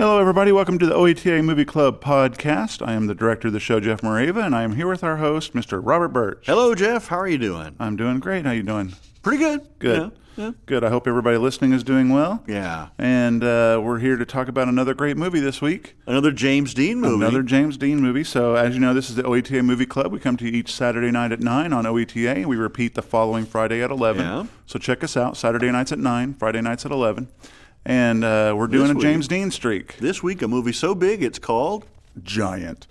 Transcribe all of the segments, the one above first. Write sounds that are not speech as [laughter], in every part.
everybody. Welcome to the OETA Movie Club podcast. I am the director of the show, Jeff Moreva, and I am here with our host, Mr. Robert Birch. Hello, Jeff. How are you doing? I'm doing great. How you doing? Pretty good. Good. Good. I hope everybody listening is doing well. Yeah. yeah. And uh, we're here to talk about another great movie this week. Another James Dean movie. Another James Dean movie. So, as you know, this is the OETA Movie Club. We come to you each Saturday night at 9 on OETA. We repeat the following Friday at 11. Yeah. So, check us out Saturday nights at 9, Friday nights at 11. And uh, we're doing This a week. James Dean streak. This week, a movie so big it's called. Giant.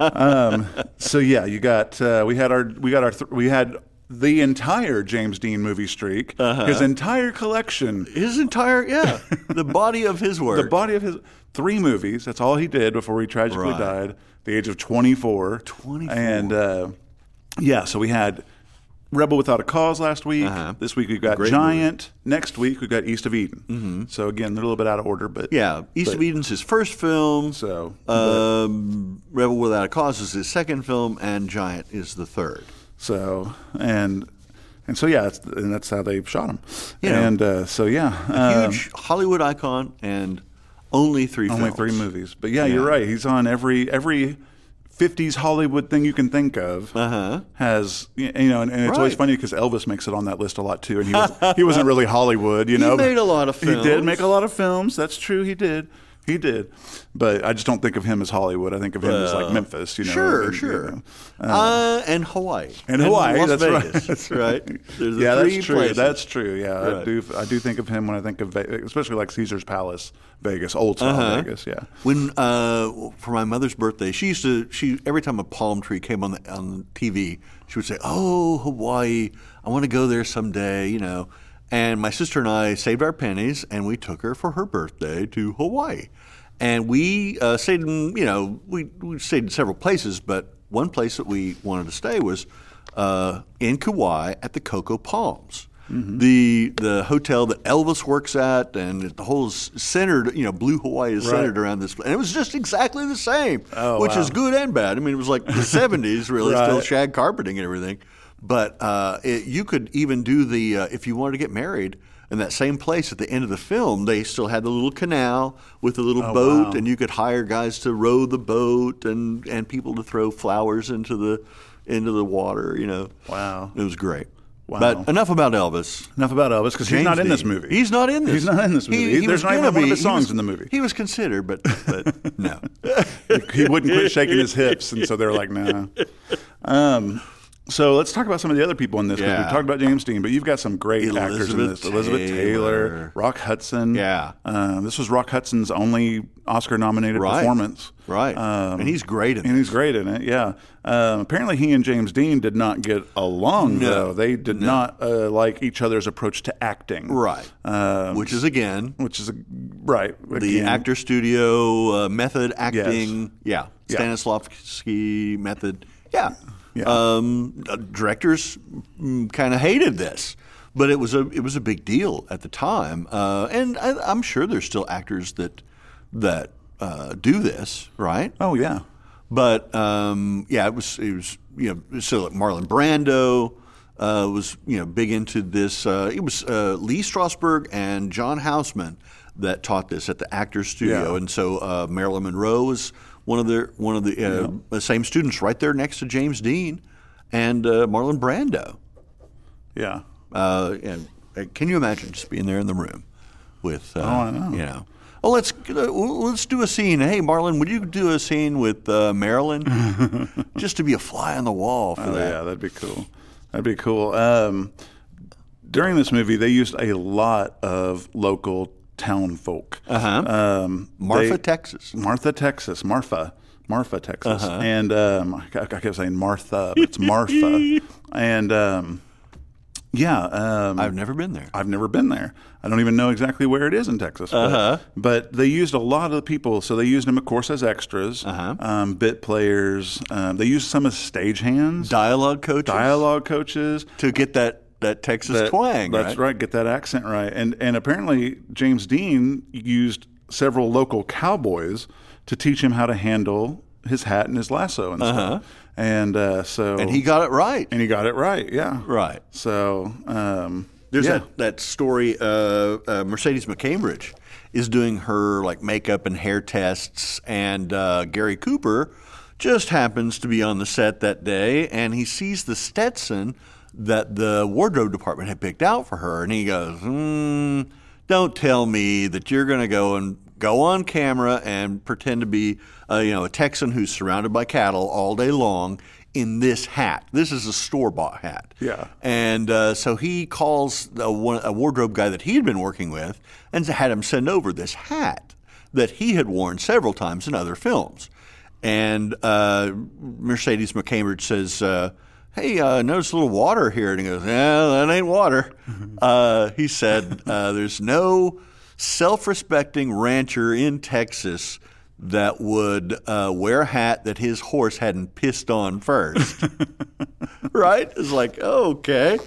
um, so yeah, you got uh, we had our we got our th- we had the entire James Dean movie streak, Uh-huh. his entire collection, His [laughs] entire, yeah, the body of his work. the body of his three movies. That's all he did before he tragically Right. died, at the age of 24. 24. And uh, yeah, so we had Rebel Without a Cause last week. Uh-huh. This week we've got Giant. Next week we've got East of Eden. Mm-hmm. So again, they're a little bit out of order, but yeah, East of Eden's his first film. So um, Rebel Without a Cause is his second film, and Giant is the third. So and and so yeah, that's, and that's how they shot him. Yeah. And uh, so yeah, uh, Huge Hollywood icon, and only three only films. three movies. But yeah, you're right. He's on every every. 50s Hollywood thing you can think of Uh-huh. has you know, and, and it's always Right. funny because Elvis makes it on that list a lot too, and he [laughs] was, he wasn't really Hollywood, you know. made a lot of He did films. make a lot of films. That's true. He did. He did. But I just don't think of him as Hollywood. I think of him as like Memphis, you know. Sure, and, you sure. know. uh, and Hawaii. And Hawaii, Las that's Vegas, right. [laughs] That's right. There's the yeah, three that's true. places. That's true. Yeah, I Right. do. I do think of him when I think of, Ve- especially like Caesar's Palace, Vegas, old style Uh-huh. Vegas. Yeah. When uh, for my mother's birthday, she used to she every time a palm tree came on the on TV, she would say, "Oh, Hawaii, I want to go there someday," you know. And my sister and I saved our pennies and we took her for her birthday to Hawaii, and we uh, stayed in you know we, we stayed in several places, but one place that we wanted to stay was uh, in Kauai at the Coco Palms. The the hotel that Elvis works at, and the whole s- centered, you know, Blue Hawaii is centered around this, pla- and it was just exactly the same, which is good and bad. I mean, it was like [laughs] the '70s, really, still Oh, Right. shag carpeting and everything. But uh, it, you could even do the uh, if you wanted to get married in that same place at the end of the film. They still had the little canal with the little boat, Oh, wow. and you could hire guys to row the boat and and people to throw flowers into the into the water. You know, Wow. it was great. Wow. But enough about Elvis. Enough about Elvis because he's James not in Dean. this movie. He's not in this. He's not in this He- movie. he There's was not even gonna one of be. his He songs was- in the movie. He was considered, but, but no. he wouldn't quit shaking his hips, and so they're like, nah. Um, so let's talk about some of the other people in this. 'cause Yeah. We talked about James Dean, but you've got some great actors in Elizabeth this: Elizabeth Taylor, Taylor. Rock Hudson. Yeah. um, this was Rock Hudson's only Oscar-nominated Right. performance. Um, Right. Um, And he's great in and he's great in it. Yeah. Um, apparently, he and James Dean did not get along. No. though. They did not uh, like each other's approach to acting. Right. Um, Which is again which is a, right. the again, actor studio uh, method acting. Yeah, Stanislavski method. Yeah, Yeah. Um, uh, directors kind of hated this, but it was a it was a big deal at the time, uh, and I, I'm sure there's still actors that that uh, do this, right? Oh yeah. But um, yeah, it was it was you know so like Marlon Brando uh, was you know big into this. Uh, it was uh, Lee Strasberg and John Houseman that taught this at the Actors Studio, Yeah. and so uh, Marilyn Monroe was one of the one of the uh, the same students right there next to James Dean and uh, Marlon Brando. Yeah. Uh, and uh, can you imagine just being there in the room with uh, I know. you know? Oh, let's uh, let's do a scene. Hey, Marlon, would you do a scene with uh, [laughs] Marilyn? just to be a fly on the wall for Oh, that. yeah, that'd be cool. That'd be cool. Um, during this movie, they used a lot of local town folk. Uh-huh. Um, Marfa, they- Texas. Martha, Texas. Marfa. Marfa, Texas. Uh-huh. And um, I, I kept saying Martha, but it's [laughs] Marfa. and um, yeah, um, I've never been there. I've never been there. I don't even know exactly where it is in Texas. But, Uh-huh. but they used a lot of the people. So they used them, of course, as extras, Uh-huh. um, bit players. Um, they used some as stagehands, Dialogue coaches dialogue coaches. to get that that Texas That- twang. That's right? Get that accent right. And and apparently James Dean used several local cowboys to teach him how to handle his hat and his lasso and stuff. And uh, so Uh-huh. And he got it right. and he got it right. Yeah. Right. So um, There's yeah. that, that story, uh, uh, Mercedes McCambridge is doing her like makeup and hair tests, and uh, Gary Cooper just happens to be on the set that day, and he sees the Stetson that the wardrobe department had picked out for her, and he goes, Hmm don't tell me that you're going to go and go on camera and pretend to be uh, you know a Texan who's surrounded by cattle all day long in this hat. This is a store bought hat. Yeah. And uh, so he calls a, one, a wardrobe guy that he had been working with and had him send over this hat that he had worn several times in other films. And uh, Mercedes McCambridge says, uh, Hey, uh, notice a little water here. And he goes, Yeah, that ain't water. uh, he said, uh, There's no self respecting rancher in Texas that would uh, wear a hat that his horse hadn't pissed on first. [laughs] right? It's like, oh, okay.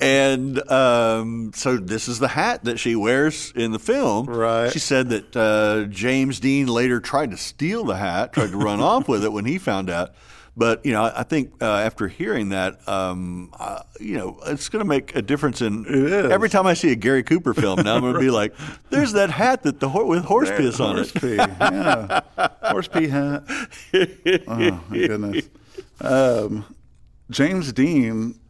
and um, so this is the hat that she wears in the film. Right. She said that uh, James Dean later tried to steal the hat, tried to run off with it when he found out. But you know, I I think uh, after hearing that, um, uh, you know, it's going to make a difference in is. every time I see a Gary Cooper film. Now I'm going [laughs] to be like, "There's that hat that the hor- with horse piss on horse it." pee. Yeah. horse pee [laughs] hat. Oh my goodness. Um, James Dean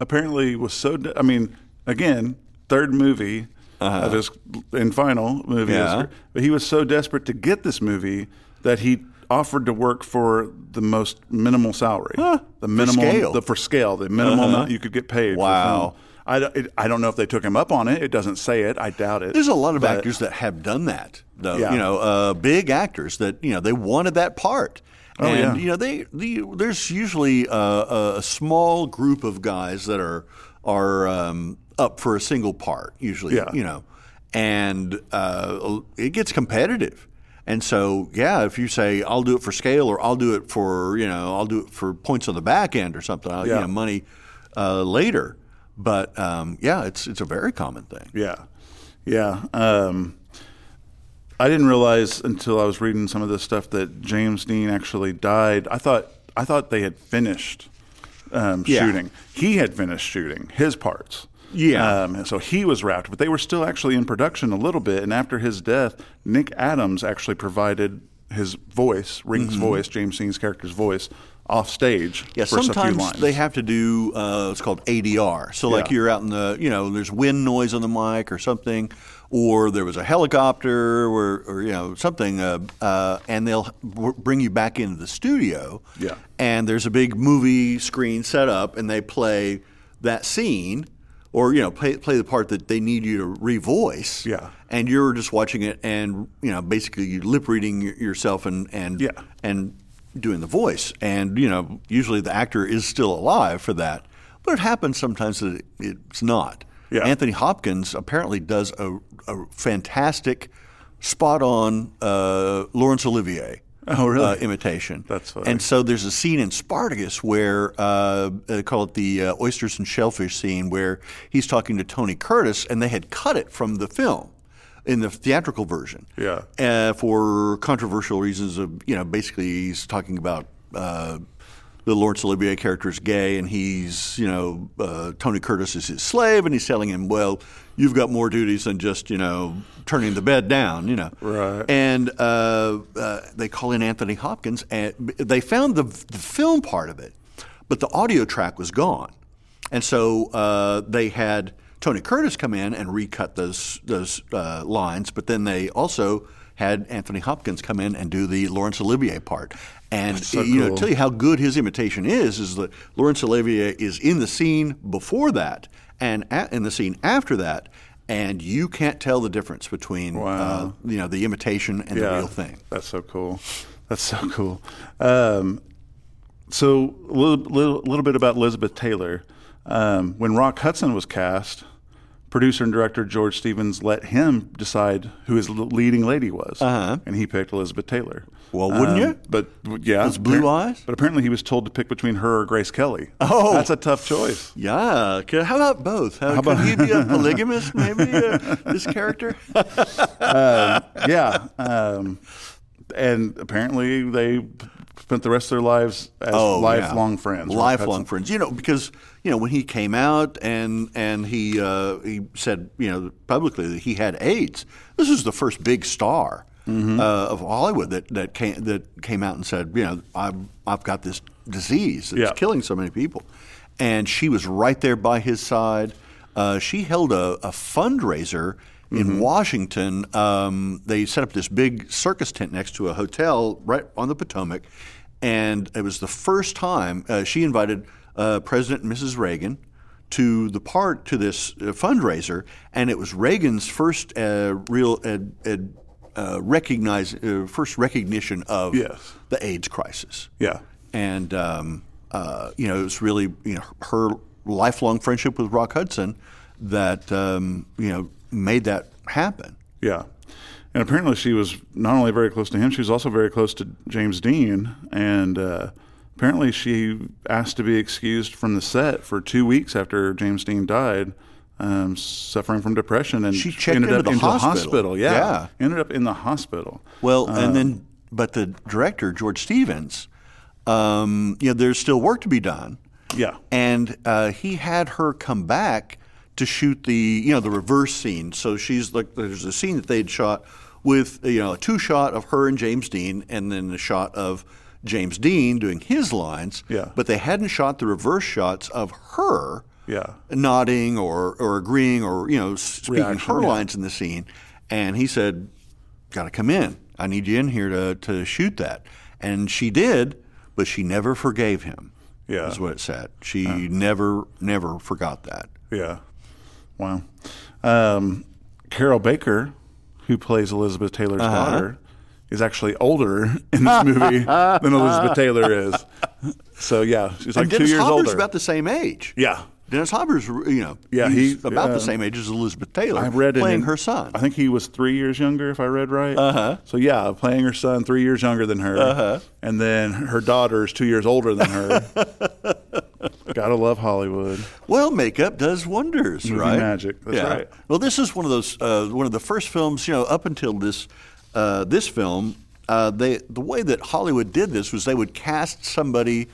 apparently was so. De- I mean, again, third movie of his and final movie, Uh-huh. Yeah. Oscar, but he was so desperate to get this movie that he offered to work for the most minimal salary, the minimal scale. Uh-huh. the for scale, the minimal amount you could get paid. for Wow. film. I don't, it, I don't know if they took him up on it. It doesn't say it. I doubt it. There's a lot of But- actors that have done that, though. Yeah. You know, uh, big actors that you know they wanted that part, Oh, and yeah. you know they, the there's usually a, a small group of guys that are are um, up for a single part usually. Yeah. You know, and uh, it gets competitive. And so, yeah, if you say I'll do it for scale, or I'll do it for you know I'll do it for points on the back end or something, I'll, you Yeah. know, money uh, later. But um, yeah, it's it's a very common thing. Yeah, yeah. Um, I didn't realize until I was reading some of this stuff that James Dean actually died. I thought I thought they had finished um, Yeah. shooting. He had finished shooting his parts. Yeah. Um, and so he was wrapped, but they were still actually in production a little bit. And after his death, Nick Adams actually provided his voice, Ring's voice, James Dean's character's voice, off stage Mm-hmm. Yeah, for just a few sometimes lines. they have to do uh, it's called ADR. So like Yeah. you're out in the you know there's wind noise on the mic or something, or there was a helicopter or, or you know something, uh, uh, and they'll w- bring you back into the studio. Yeah. and there's a big movie screen set up, and they play that scene. Or you know, play play the part that they need you to revoice. Yeah. and you're just watching it, and you know, basically you lip reading y- yourself and and Yeah. and doing the voice. And you know, usually the actor is still alive for that, but it happens sometimes that it, it's not. Yeah. Anthony Hopkins apparently does a, a fantastic, spot on uh, Laurence Olivier. Oh, really? Uh, imitation. That's funny. And so there's a scene in Spartacus where uh, they call it the uh, oysters and shellfish scene, where he's talking to Tony Curtis, and they had cut it from the film in the theatrical version. Yeah. Uh, for controversial reasons of you know basically he's talking about uh, the Laurence Olivier character is gay and he's you know uh, Tony Curtis is his slave and he's telling him well you've got more duties than just you know turning the bed down you know Right. and uh, uh, they call in Anthony Hopkins and they found the, the film part of it but the audio track was gone and so uh, they had Tony Curtis come in and recut those those uh, lines, but then they also had Anthony Hopkins come in and do the Laurence Olivier part. And so you know, cool. tell you how good his imitation is is that Laurence Olivier is in the scene before that and a in the scene after that, and you can't tell the difference between uh, Wow. you know the imitation and the real thing. That's so cool. That's so cool. Um, so a little, little, little bit about Elizabeth Taylor. Um, when Rock Hudson was cast, producer and director George Stevens let him decide who his l- leading lady was, Uh-huh. and he picked Elizabeth Taylor. Um, Well, wouldn't you? But w- yeah, Those blue appar- eyes? But apparently, he was told to pick between her or Grace Kelly. Oh. that's a tough choice. Yeah, c- how about both? How, could he be [laughs] a polygamist? Maybe uh, this character. yeah. Um, and apparently they spent the rest of their lives as Oh, lifelong yeah. friends. Rock Lifelong friends. You know, because you know when he came out and and he uh, he said you know publicly that he had AIDS. This is the first big star Mm-hmm. uh, of Hollywood that that came that came out and said you know I've I've got this disease that's Yeah. killing so many people, and she was right there by his side. Uh, she held a, a fundraiser. In Washington, um, they set up this big circus tent next to a hotel right on the Potomac, and it was the first time uh, she invited uh, President and Mrs. Reagan to the part to this uh, fundraiser, and it was Reagan's first uh, real ed, ed, uh, recognize uh, first recognition of Yes. the AIDS crisis Yeah. and um, uh, you know it was really you know her lifelong friendship with Rock Hudson that um, you know made that happen. Yeah. And apparently she was not only very close to him, she was also very close to James Dean. And uh, apparently she asked to be excused from the set for two weeks after James Dean died, um, suffering from depression. And She checked ended into up the into hospital. a hospital. Yeah. Yeah. Ended up in the hospital. Well, and then but the director George Stevens, um, you know, there's still work to be done. Yeah. and uh, he had her come back to shoot the you know the reverse scene. So she's like there's a scene that they'd shot with you know a two shot of her and James Dean, and then a shot of James Dean doing his lines. Yeah. but they hadn't shot the reverse shots of her. Yeah. nodding or or agreeing or you know speaking Reaction, her yeah. lines in the scene, and he said, "Got to come in. I need you in here to to shoot that." And she did, but she never forgave him. Yeah. is what it said. She never never forgot that. Yeah. Wow. Um, Carol Baker, who plays Elizabeth Taylor's Uh-huh. daughter, is actually older [laughs] in this [laughs] movie than Elizabeth Taylor is. So yeah, she's like and two Dennis years Hopper's older. about the same age. yeah. Dennis Hopper's you know Yeah, he's he- about uh, the same age as Elizabeth Taylor. I read it playing in- her son. Uh-huh. I think he was three years younger, if I read right. Uh huh. So yeah, playing her son, three years younger than her. Uh huh. And then her daughter is two years older than [laughs] her. Gotta love Hollywood. Well, makeup does wonders, right? magic, that's yeah. right. Well, this is one of those uh, one of the first films. You know, up until this uh, this film, uh, they the way that Hollywood did this was they would cast somebody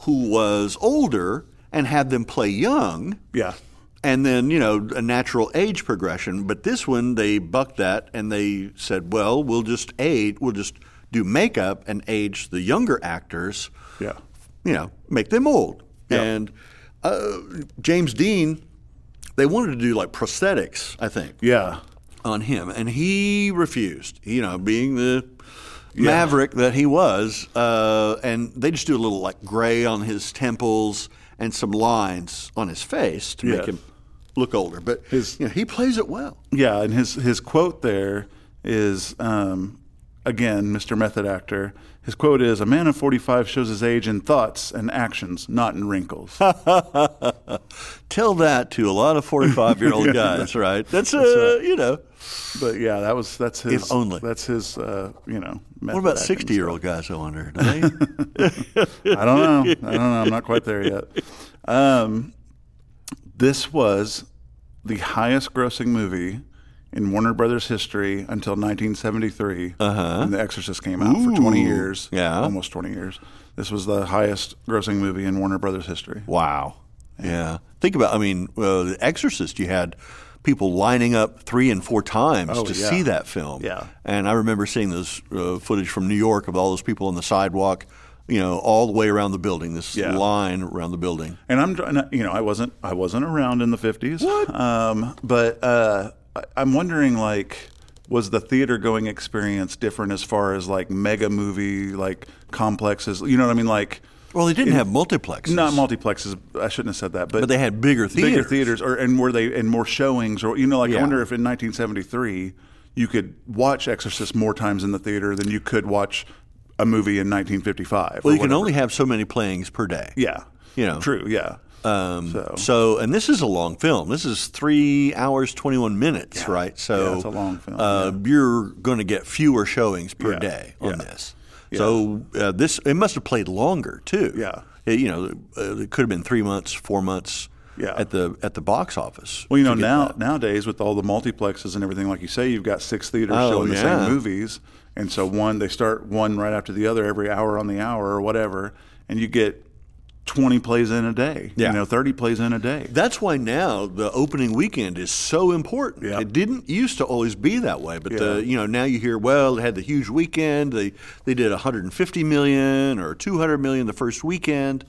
who was older and have them play young. Yeah. And then, you know, a natural age progression. But this one, they bucked that and they said, well, we'll just aid, we'll just do makeup and age the younger actors Yeah. you know, make them old. Yeah. And uh, James Dean, they wanted to do like prosthetics, I think, Yeah. on him, and he refused. You know, being the maverick that he was, uh, and they just do a little like gray on his temples and some lines on his face to Yeah. make him look older. But His- you know, he plays it well. Yeah, and his his quote there is um, again, Mr. Method Actor. His quote is, "A man of forty five shows his age in thoughts and actions, not in [laughs] wrinkles." Tell that to a lot of [laughs] forty-five-year-old guys, right? That's uh, you know. but yeah, that was that's his If only. that's his uh, you know. What about sixty-year-old guys? I wonder. Do they? I don't know. I don't know. I'm not quite there yet. Um, this was the highest grossing movie in Warner Brothers history until 1973 when The Exorcist came out for 20 Uh-huh. Ooh. years. Yeah. Almost 20 years. This was the highest grossing movie in Warner Brothers history. Wow. Yeah. Think about, I mean, uh, The Exorcist, you had people lining up three and four times Oh, to yeah. see that film. Yeah. And I remember seeing this uh, footage from New York of all those people on the sidewalk, you know, all the way around the building, this Yeah. line around the building. And I'm, dr- and, you know, I wasn't, I wasn't around in the 50s. What? Um, but uh, I- I'm wondering, like, was the theater going experience different as far as like mega movie like complexes? You know what I mean? Like, Well, they didn't have multiplexes. not multiplexes. I shouldn't have said that, but, but they had bigger theaters. bigger theaters, or and were they and more showings, or you know, like I Yeah. wonder if in 1973 you could watch Exorcist more times in the theater than you could watch a movie in 1955. Well, or you can whatever. only have so many playings per day. yeah, you know. true, yeah. Um, so So, and this is a long film. This is three hours, 21 minutes, right? So, Yeah, it's a long film, Uh, You're going to get fewer showings per Yeah, day on yeah. this. So, uh, this, it must have played longer, too. Yeah. It, you know, uh, it could have been three months, four months. Yeah. at the at the box office. Well, you to know get now that. nowadays with all the multiplexes and everything, like you say, you've got six theaters Oh, showing the yeah. same movies, and so one they start one right after the other every hour on the hour or whatever, and you get twenty plays in a day. Yeah. you know, thirty plays in a day. That's why now the opening weekend is so important. Yeah. It didn't used to always be that way, but Yeah. the, you know now you hear well they had the huge weekend. They they did 150 million or 200 million the first weekend.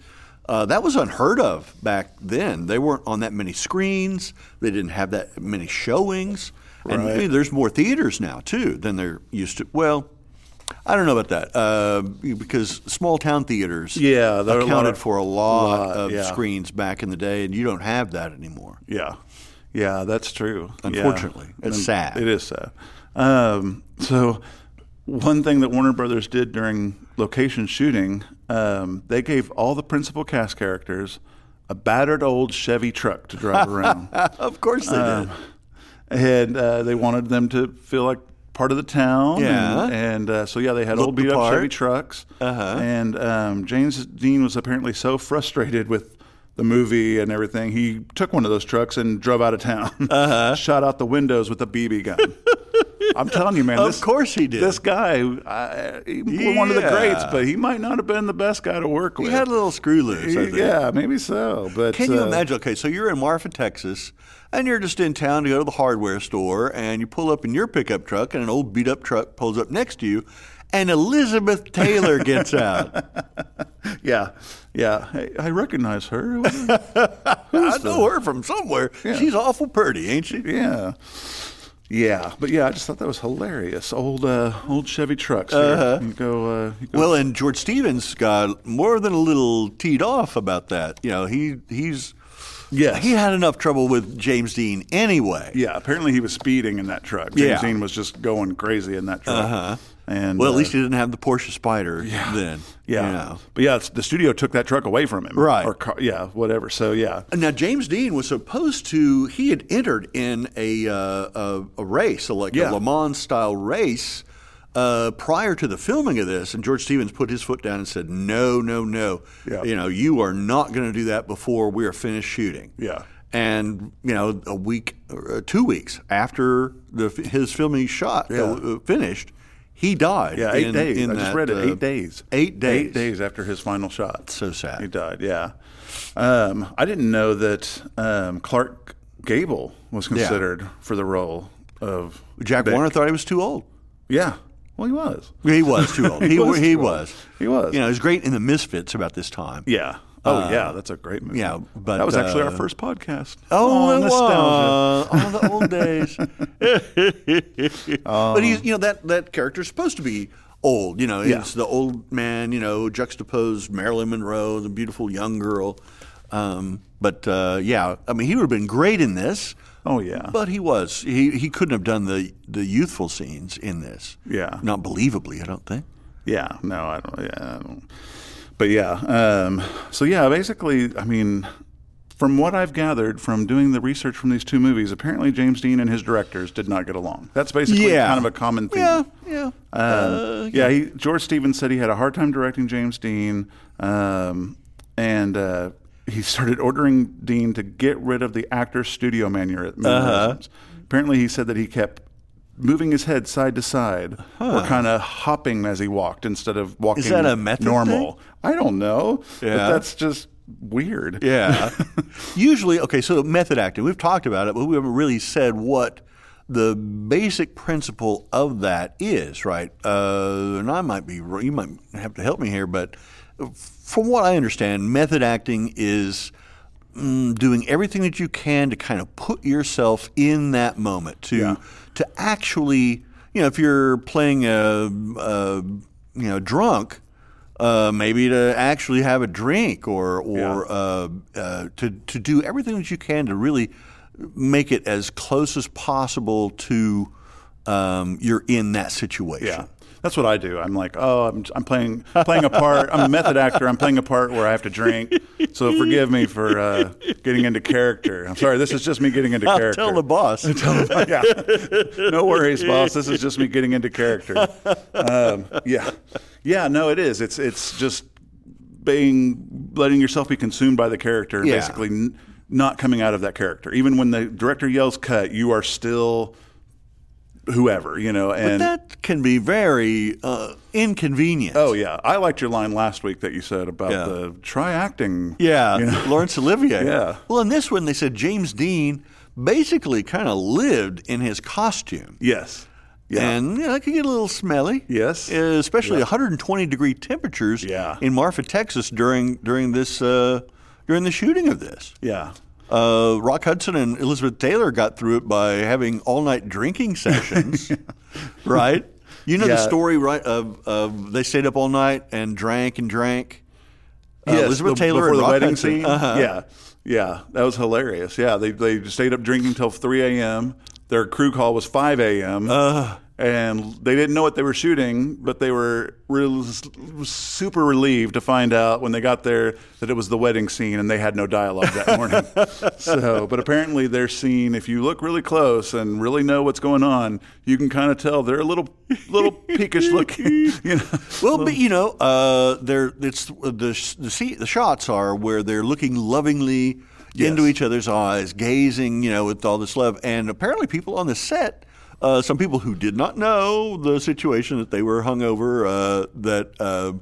Uh, that was unheard of back then. They weren't on that many screens. They didn't have that many showings. And Right. maybe there's more theaters now too than there used to. Well, I don't know about that uh, because small town theaters Yeah, there are a lot accounted of- for a lot, lot, of yeah. screens back in the day, and you don't have that anymore. [laughs] Yeah, yeah, that's true. Yeah. Unfortunately. It's sad. It is sad. Um, so, one thing that Warner Brothers did during location shooting, um, they gave all the principal cast characters a battered old Chevy truck to drive [laughs] around, of course they Uh, did. and uh, they wanted them to feel like part of the town. Yeah. and, and, uh, so yeah, they had old the beat up part. Chevy trucks. Uh-huh. And um, James Dean was apparently so frustrated with. The movie and everything. He took one of those trucks and drove out of town. [laughs] Uh-huh. Shot out the windows with a BB [laughs] gun. I'm telling you, man. Of this, course he did. This guy, I, he was one of the Yeah. greats, but he might not have been the best guy to work with. You had a little screw loose. I think. yeah, maybe so. But Can you uh, imagine? Okay, so you're in Marfa, Texas, and you're just in town to go to the hardware store, and you pull up in your pickup truck, and an old beat up truck pulls up next to you, and Elizabeth Taylor gets [laughs] out. Yeah, yeah. Hey, I recognize her. I know her from somewhere. She's awful pretty, ain't she? yeah, yeah. But yeah, I just thought that was hilarious. Old uh, old Chevy trucks. Uh-huh. You go. Uh, you go Well, and George Stevens got more than a little teed off about that. You know, he he's Yes. he had enough trouble with James Dean anyway. yeah. Apparently, he was speeding in that truck. James Yeah. Dean was just going crazy in that truck. Uh-huh. And Well, uh, at least he didn't have the Porsche Spider then. Yeah, you know. but yeah, it's- the studio took that truck away from him, Right. Or car, yeah, whatever. So yeah, Now James Dean was supposed to he had entered in a uh, a, a race, a, like Yeah. a Le Mans style race. Uh, prior to the filming of this, and George Stevens put his foot down and said, "No, no, no! Yeah. You know, you are not going to do that before we are finished shooting." Yeah. and you know a week or uh, two weeks after the f- his filming shot uh, uh, finished he died yeah, eight in- days. in I just that, read it. uh, Eight days. eight days Eight days after his final shot. so He sad died, yeah. Um, I didn't know that um, Clark Gable was considered for the role of jack Dick. warner thought he was too old Yeah, well, he was. he was too [laughs] old he, was was, too he old. was He was. you know he's great in the misfits about this time Yeah. Oh, yeah. That's a great movie. Uh, yeah, but, that was actually uh, our first podcast. Oh, Aw, it nostalgia. Um, was. Oh, All the old days. [laughs] but he's, you know, that that character's supposed to be old. You know, Yeah. it's the old man. You know, juxtaposed Marilyn Monroe, the beautiful young girl. Um, but uh, yeah, I mean, he would have been great in this. Oh yeah. But he was. He he couldn't have done the the youthful scenes in this. Yeah. not believably, I don't think. Yeah, no, I don't. Yeah, I don't. But yeah, um, so yeah, basically, I mean, from what I've gathered from doing the research from these two movies, apparently James Dean and his directors did not get along. That's basically Yeah. kind of a common theme. Yeah, yeah. Uh, Um, yeah, he, George Stevens said he had a hard time directing James Dean, um, and uh, he started ordering Dean to get rid of the actor's studio manure- Uh-huh. mannerisms. Apparently, he said that he kept moving his head side to side or kind of hopping as he walked instead of walking that a method normal. I don't know, but Yeah. that's just weird. Yeah. [laughs] Usually, okay, so method acting, we've talked about it, but we haven't really said what the basic principle of that is, right? Uh, and I might be, wr- you might have to help me here, but from what I understand, method acting is mm, doing everything that you can to kind of put yourself in that moment, to, to actually, you know, if you're playing a, a you know, drunk, uh, maybe to actually have a drink or or uh, uh, to to do everything that you can to really make it as close as possible to um, you're in that situation. Yeah. That's what I do. I'm like, oh, I'm, I'm playing playing a part. I'm a method actor. I'm playing a part where I have to drink. So forgive me for uh, getting into character. I'm sorry. This is just me getting into I'll character. tell the boss. [laughs] yeah. No worries, boss. This is just me getting into character. Um, yeah. Yeah. No, it is. It's it's just being letting yourself be consumed by the character. and Yeah. Basically, n- not coming out of that character. Even when the director yells cut, you are still whoever, you know. And that can be very uh, inconvenient. oh yeah, I liked your line last week that you said about Yeah. the try acting. Yeah, you know? Laurence Olivier. Yeah. Well, in this one, they said James Dean basically kind of lived in his costume. Yes. Yeah. And you know, it could get a little smelly. Uh, Yes. Especially 120 degree temperatures Yeah. in Marfa, Texas during during this uh, during the shooting of this. yeah. Uh, Rock Hudson and Elizabeth Taylor got through it by having all night drinking sessions, [laughs] right? You know the Yeah. story, right? Of, of they stayed up all night and drank and drank. Uh, Yes, Elizabeth the- Taylor before and the Rock wedding Hudson. scene. Uh-huh. Yeah, yeah, that was hilarious. Yeah, they they stayed up drinking till three a.m. Their crew call was five a.m. Uh. and they didn't know what they were shooting, but they were real super relieved to find out when they got there that it was the wedding scene, and they had no dialogue that [laughs] morning. so, but apparently their scene, if you look really close and really know what's going on, you can kind of tell they're a little little peakish looking. [laughs] You know, Well, but you know, uh, they're it's the sh- the, se- the shots are where they're looking lovingly into Yes. each other's eyes, gazing, you know, with all this love. And apparently, people on the set, uh, some people who did not know the situation that they were hungover, uh, that uh,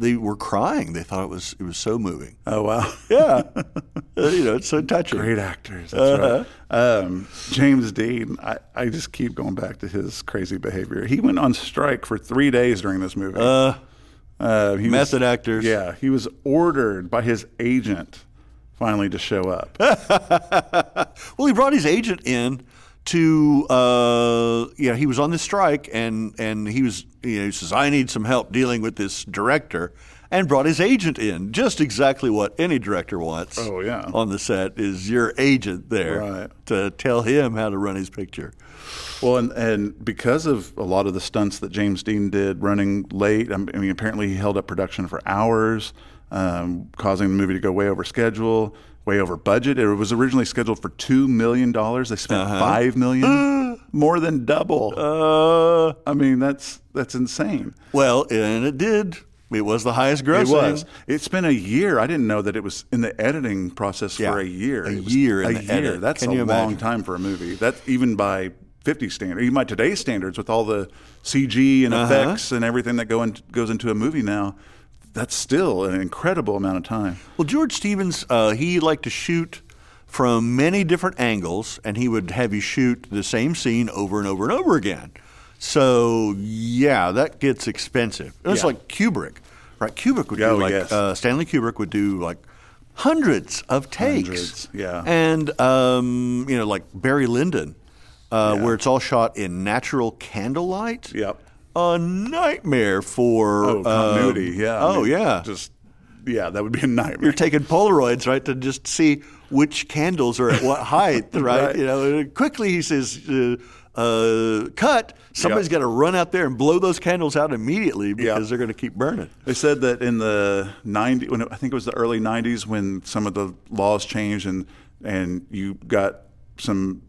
they were crying. They thought it was it was so moving. [laughs] oh wow. Yeah, Uh, you know, it's so touching. Great actors. That's right. Um, James Dean, I, I just keep going back to his crazy behavior. He went on strike for three days during this movie. Uh, he was- Method actors. yeah, he was ordered by his agent finally to show up. Well, he brought his agent in to uh, yeah. He was on this strike, and and he was you know he says I need some help dealing with this director, and brought his agent in. Just exactly what any director wants. Oh, yeah. On the set is your agent there Right. to tell him how to run his picture. Well, and, and because of a lot of the stunts that James Dean did running late, um, I mean, apparently he held up production for hours, um, causing the movie to go way over schedule, way over budget. It was originally scheduled for $2 million. They spent $5 million, more than double. Uh, I mean, that's, that's insane. well, and it did. It was the highest grossing. It was. It's been a year. I didn't know that it was in the editing process Yeah. for a year. A It was year in A the year. edit. That's Can a you long imagine? time for a movie. That's even by 50 standards, even by today's standards, with all the CG Uh-huh. and effects and everything that go in, goes into a movie now. That's still an incredible amount of time. Well, George Stevens, uh, he liked to shoot from many different angles, and he would have you shoot the same scene over and over and over again. So yeah, that gets expensive. It's Yeah. like Kubrick, right? Kubrick would Oh, do like yes. uh, Stanley Kubrick would do like hundreds of takes. Hundreds, yeah. And um, you know, like Barry Lyndon, uh, where it's all shot in natural candlelight. Yep. A nightmare for Oh, um, continuity. yeah. I Oh mean, yeah. Just yeah, that would be a nightmare. You're taking Polaroids, right, to just see which candles are at [laughs] what height, right? Right. You know, and quickly he says, uh, uh, "Cut! Somebody's got to run out there and blow those candles out immediately because they're going to keep burning." They said that in the 90 when it- I think it was the early 90s when some of the laws changed and and you got some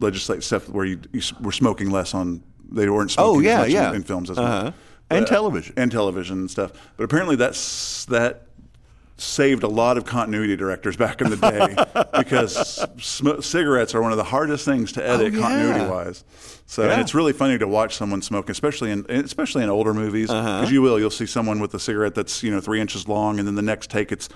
legislative stuff where you, you s- were smoking less on they weren't smoking Oh, yeah, as much in- yeah. in, films as Uh-huh. well. And Uh, television. and television and stuff. But apparently that's that saved a lot of continuity directors back in the [laughs] day because sm- cigarettes are one of the hardest things to edit Oh, yeah. continuity wise. So and Yeah. it's really funny to watch someone smoke, especially in especially in older movies, because Uh-huh. you will you'll see someone with a cigarette that's you know three inches long, and then the next take it's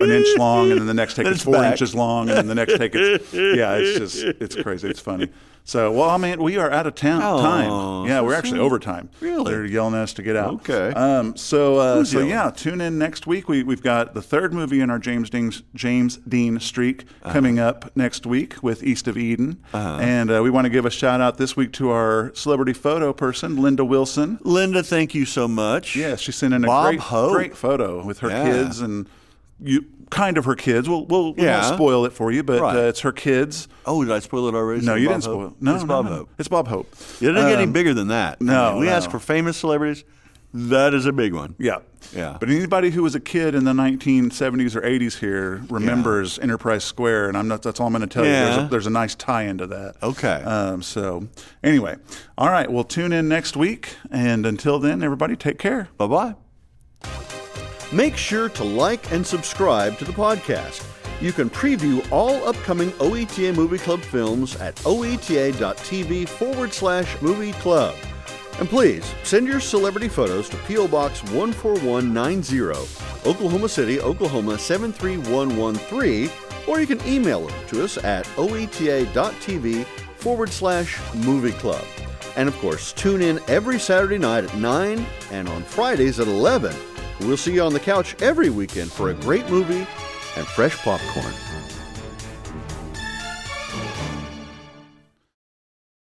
an inch [laughs] long, and then the next take it's it's four back. inches long, and then the next take it's yeah, it's just it's crazy, it's funny. So well, I mean, we are out of town Oh, time. Yeah, so we're actually soon. over time. Really? they're yelling at us to get out. Okay. Um, so uh, so yelling? yeah, tune in next week. We we've got the third movie in our James Dean James Dean streak Uh-huh. coming up next week with East of Eden, and uh, we want to give a shout out this week to our celebrity photo person Linda Wilson. Linda, thank you so much. Yeah, she sent in a Bob great, Hope. great photo with her Yeah. kids and you kind of her kids. We'll we'll we Yeah. won't spoil it for you, but Right. uh, it's her kids. Oh, did I spoil it already? No, So you Bob didn't Hope. spoil. No, it's no, Bob no. Hope. It's Bob Hope. It didn't get any Um, bigger than that. I no, mean, we no. asked for famous celebrities. That is a big one. Yeah. Yeah. But anybody who was a kid in the 1970s or 80s here remembers Enterprise Square, and I'm not, that's all I'm going to tell you. There's Yeah. a, there's a nice tie into that. Okay. Um, so, anyway, all right, well, tune in next week. And until then, everybody take care. Bye bye. Make sure to like and subscribe to the podcast. You can preview all upcoming OETA Movie Club films at E oeta.tv forward slash movie club. And please send your celebrity photos to P.O. Box 14190, Oklahoma City, Oklahoma 73113, or you can email them to us at E oeta.tv forward slash movie club. And of course, tune in every Saturday night at 9 and on Fridays at 11. We'll see you on the couch every weekend for a great movie and fresh popcorn.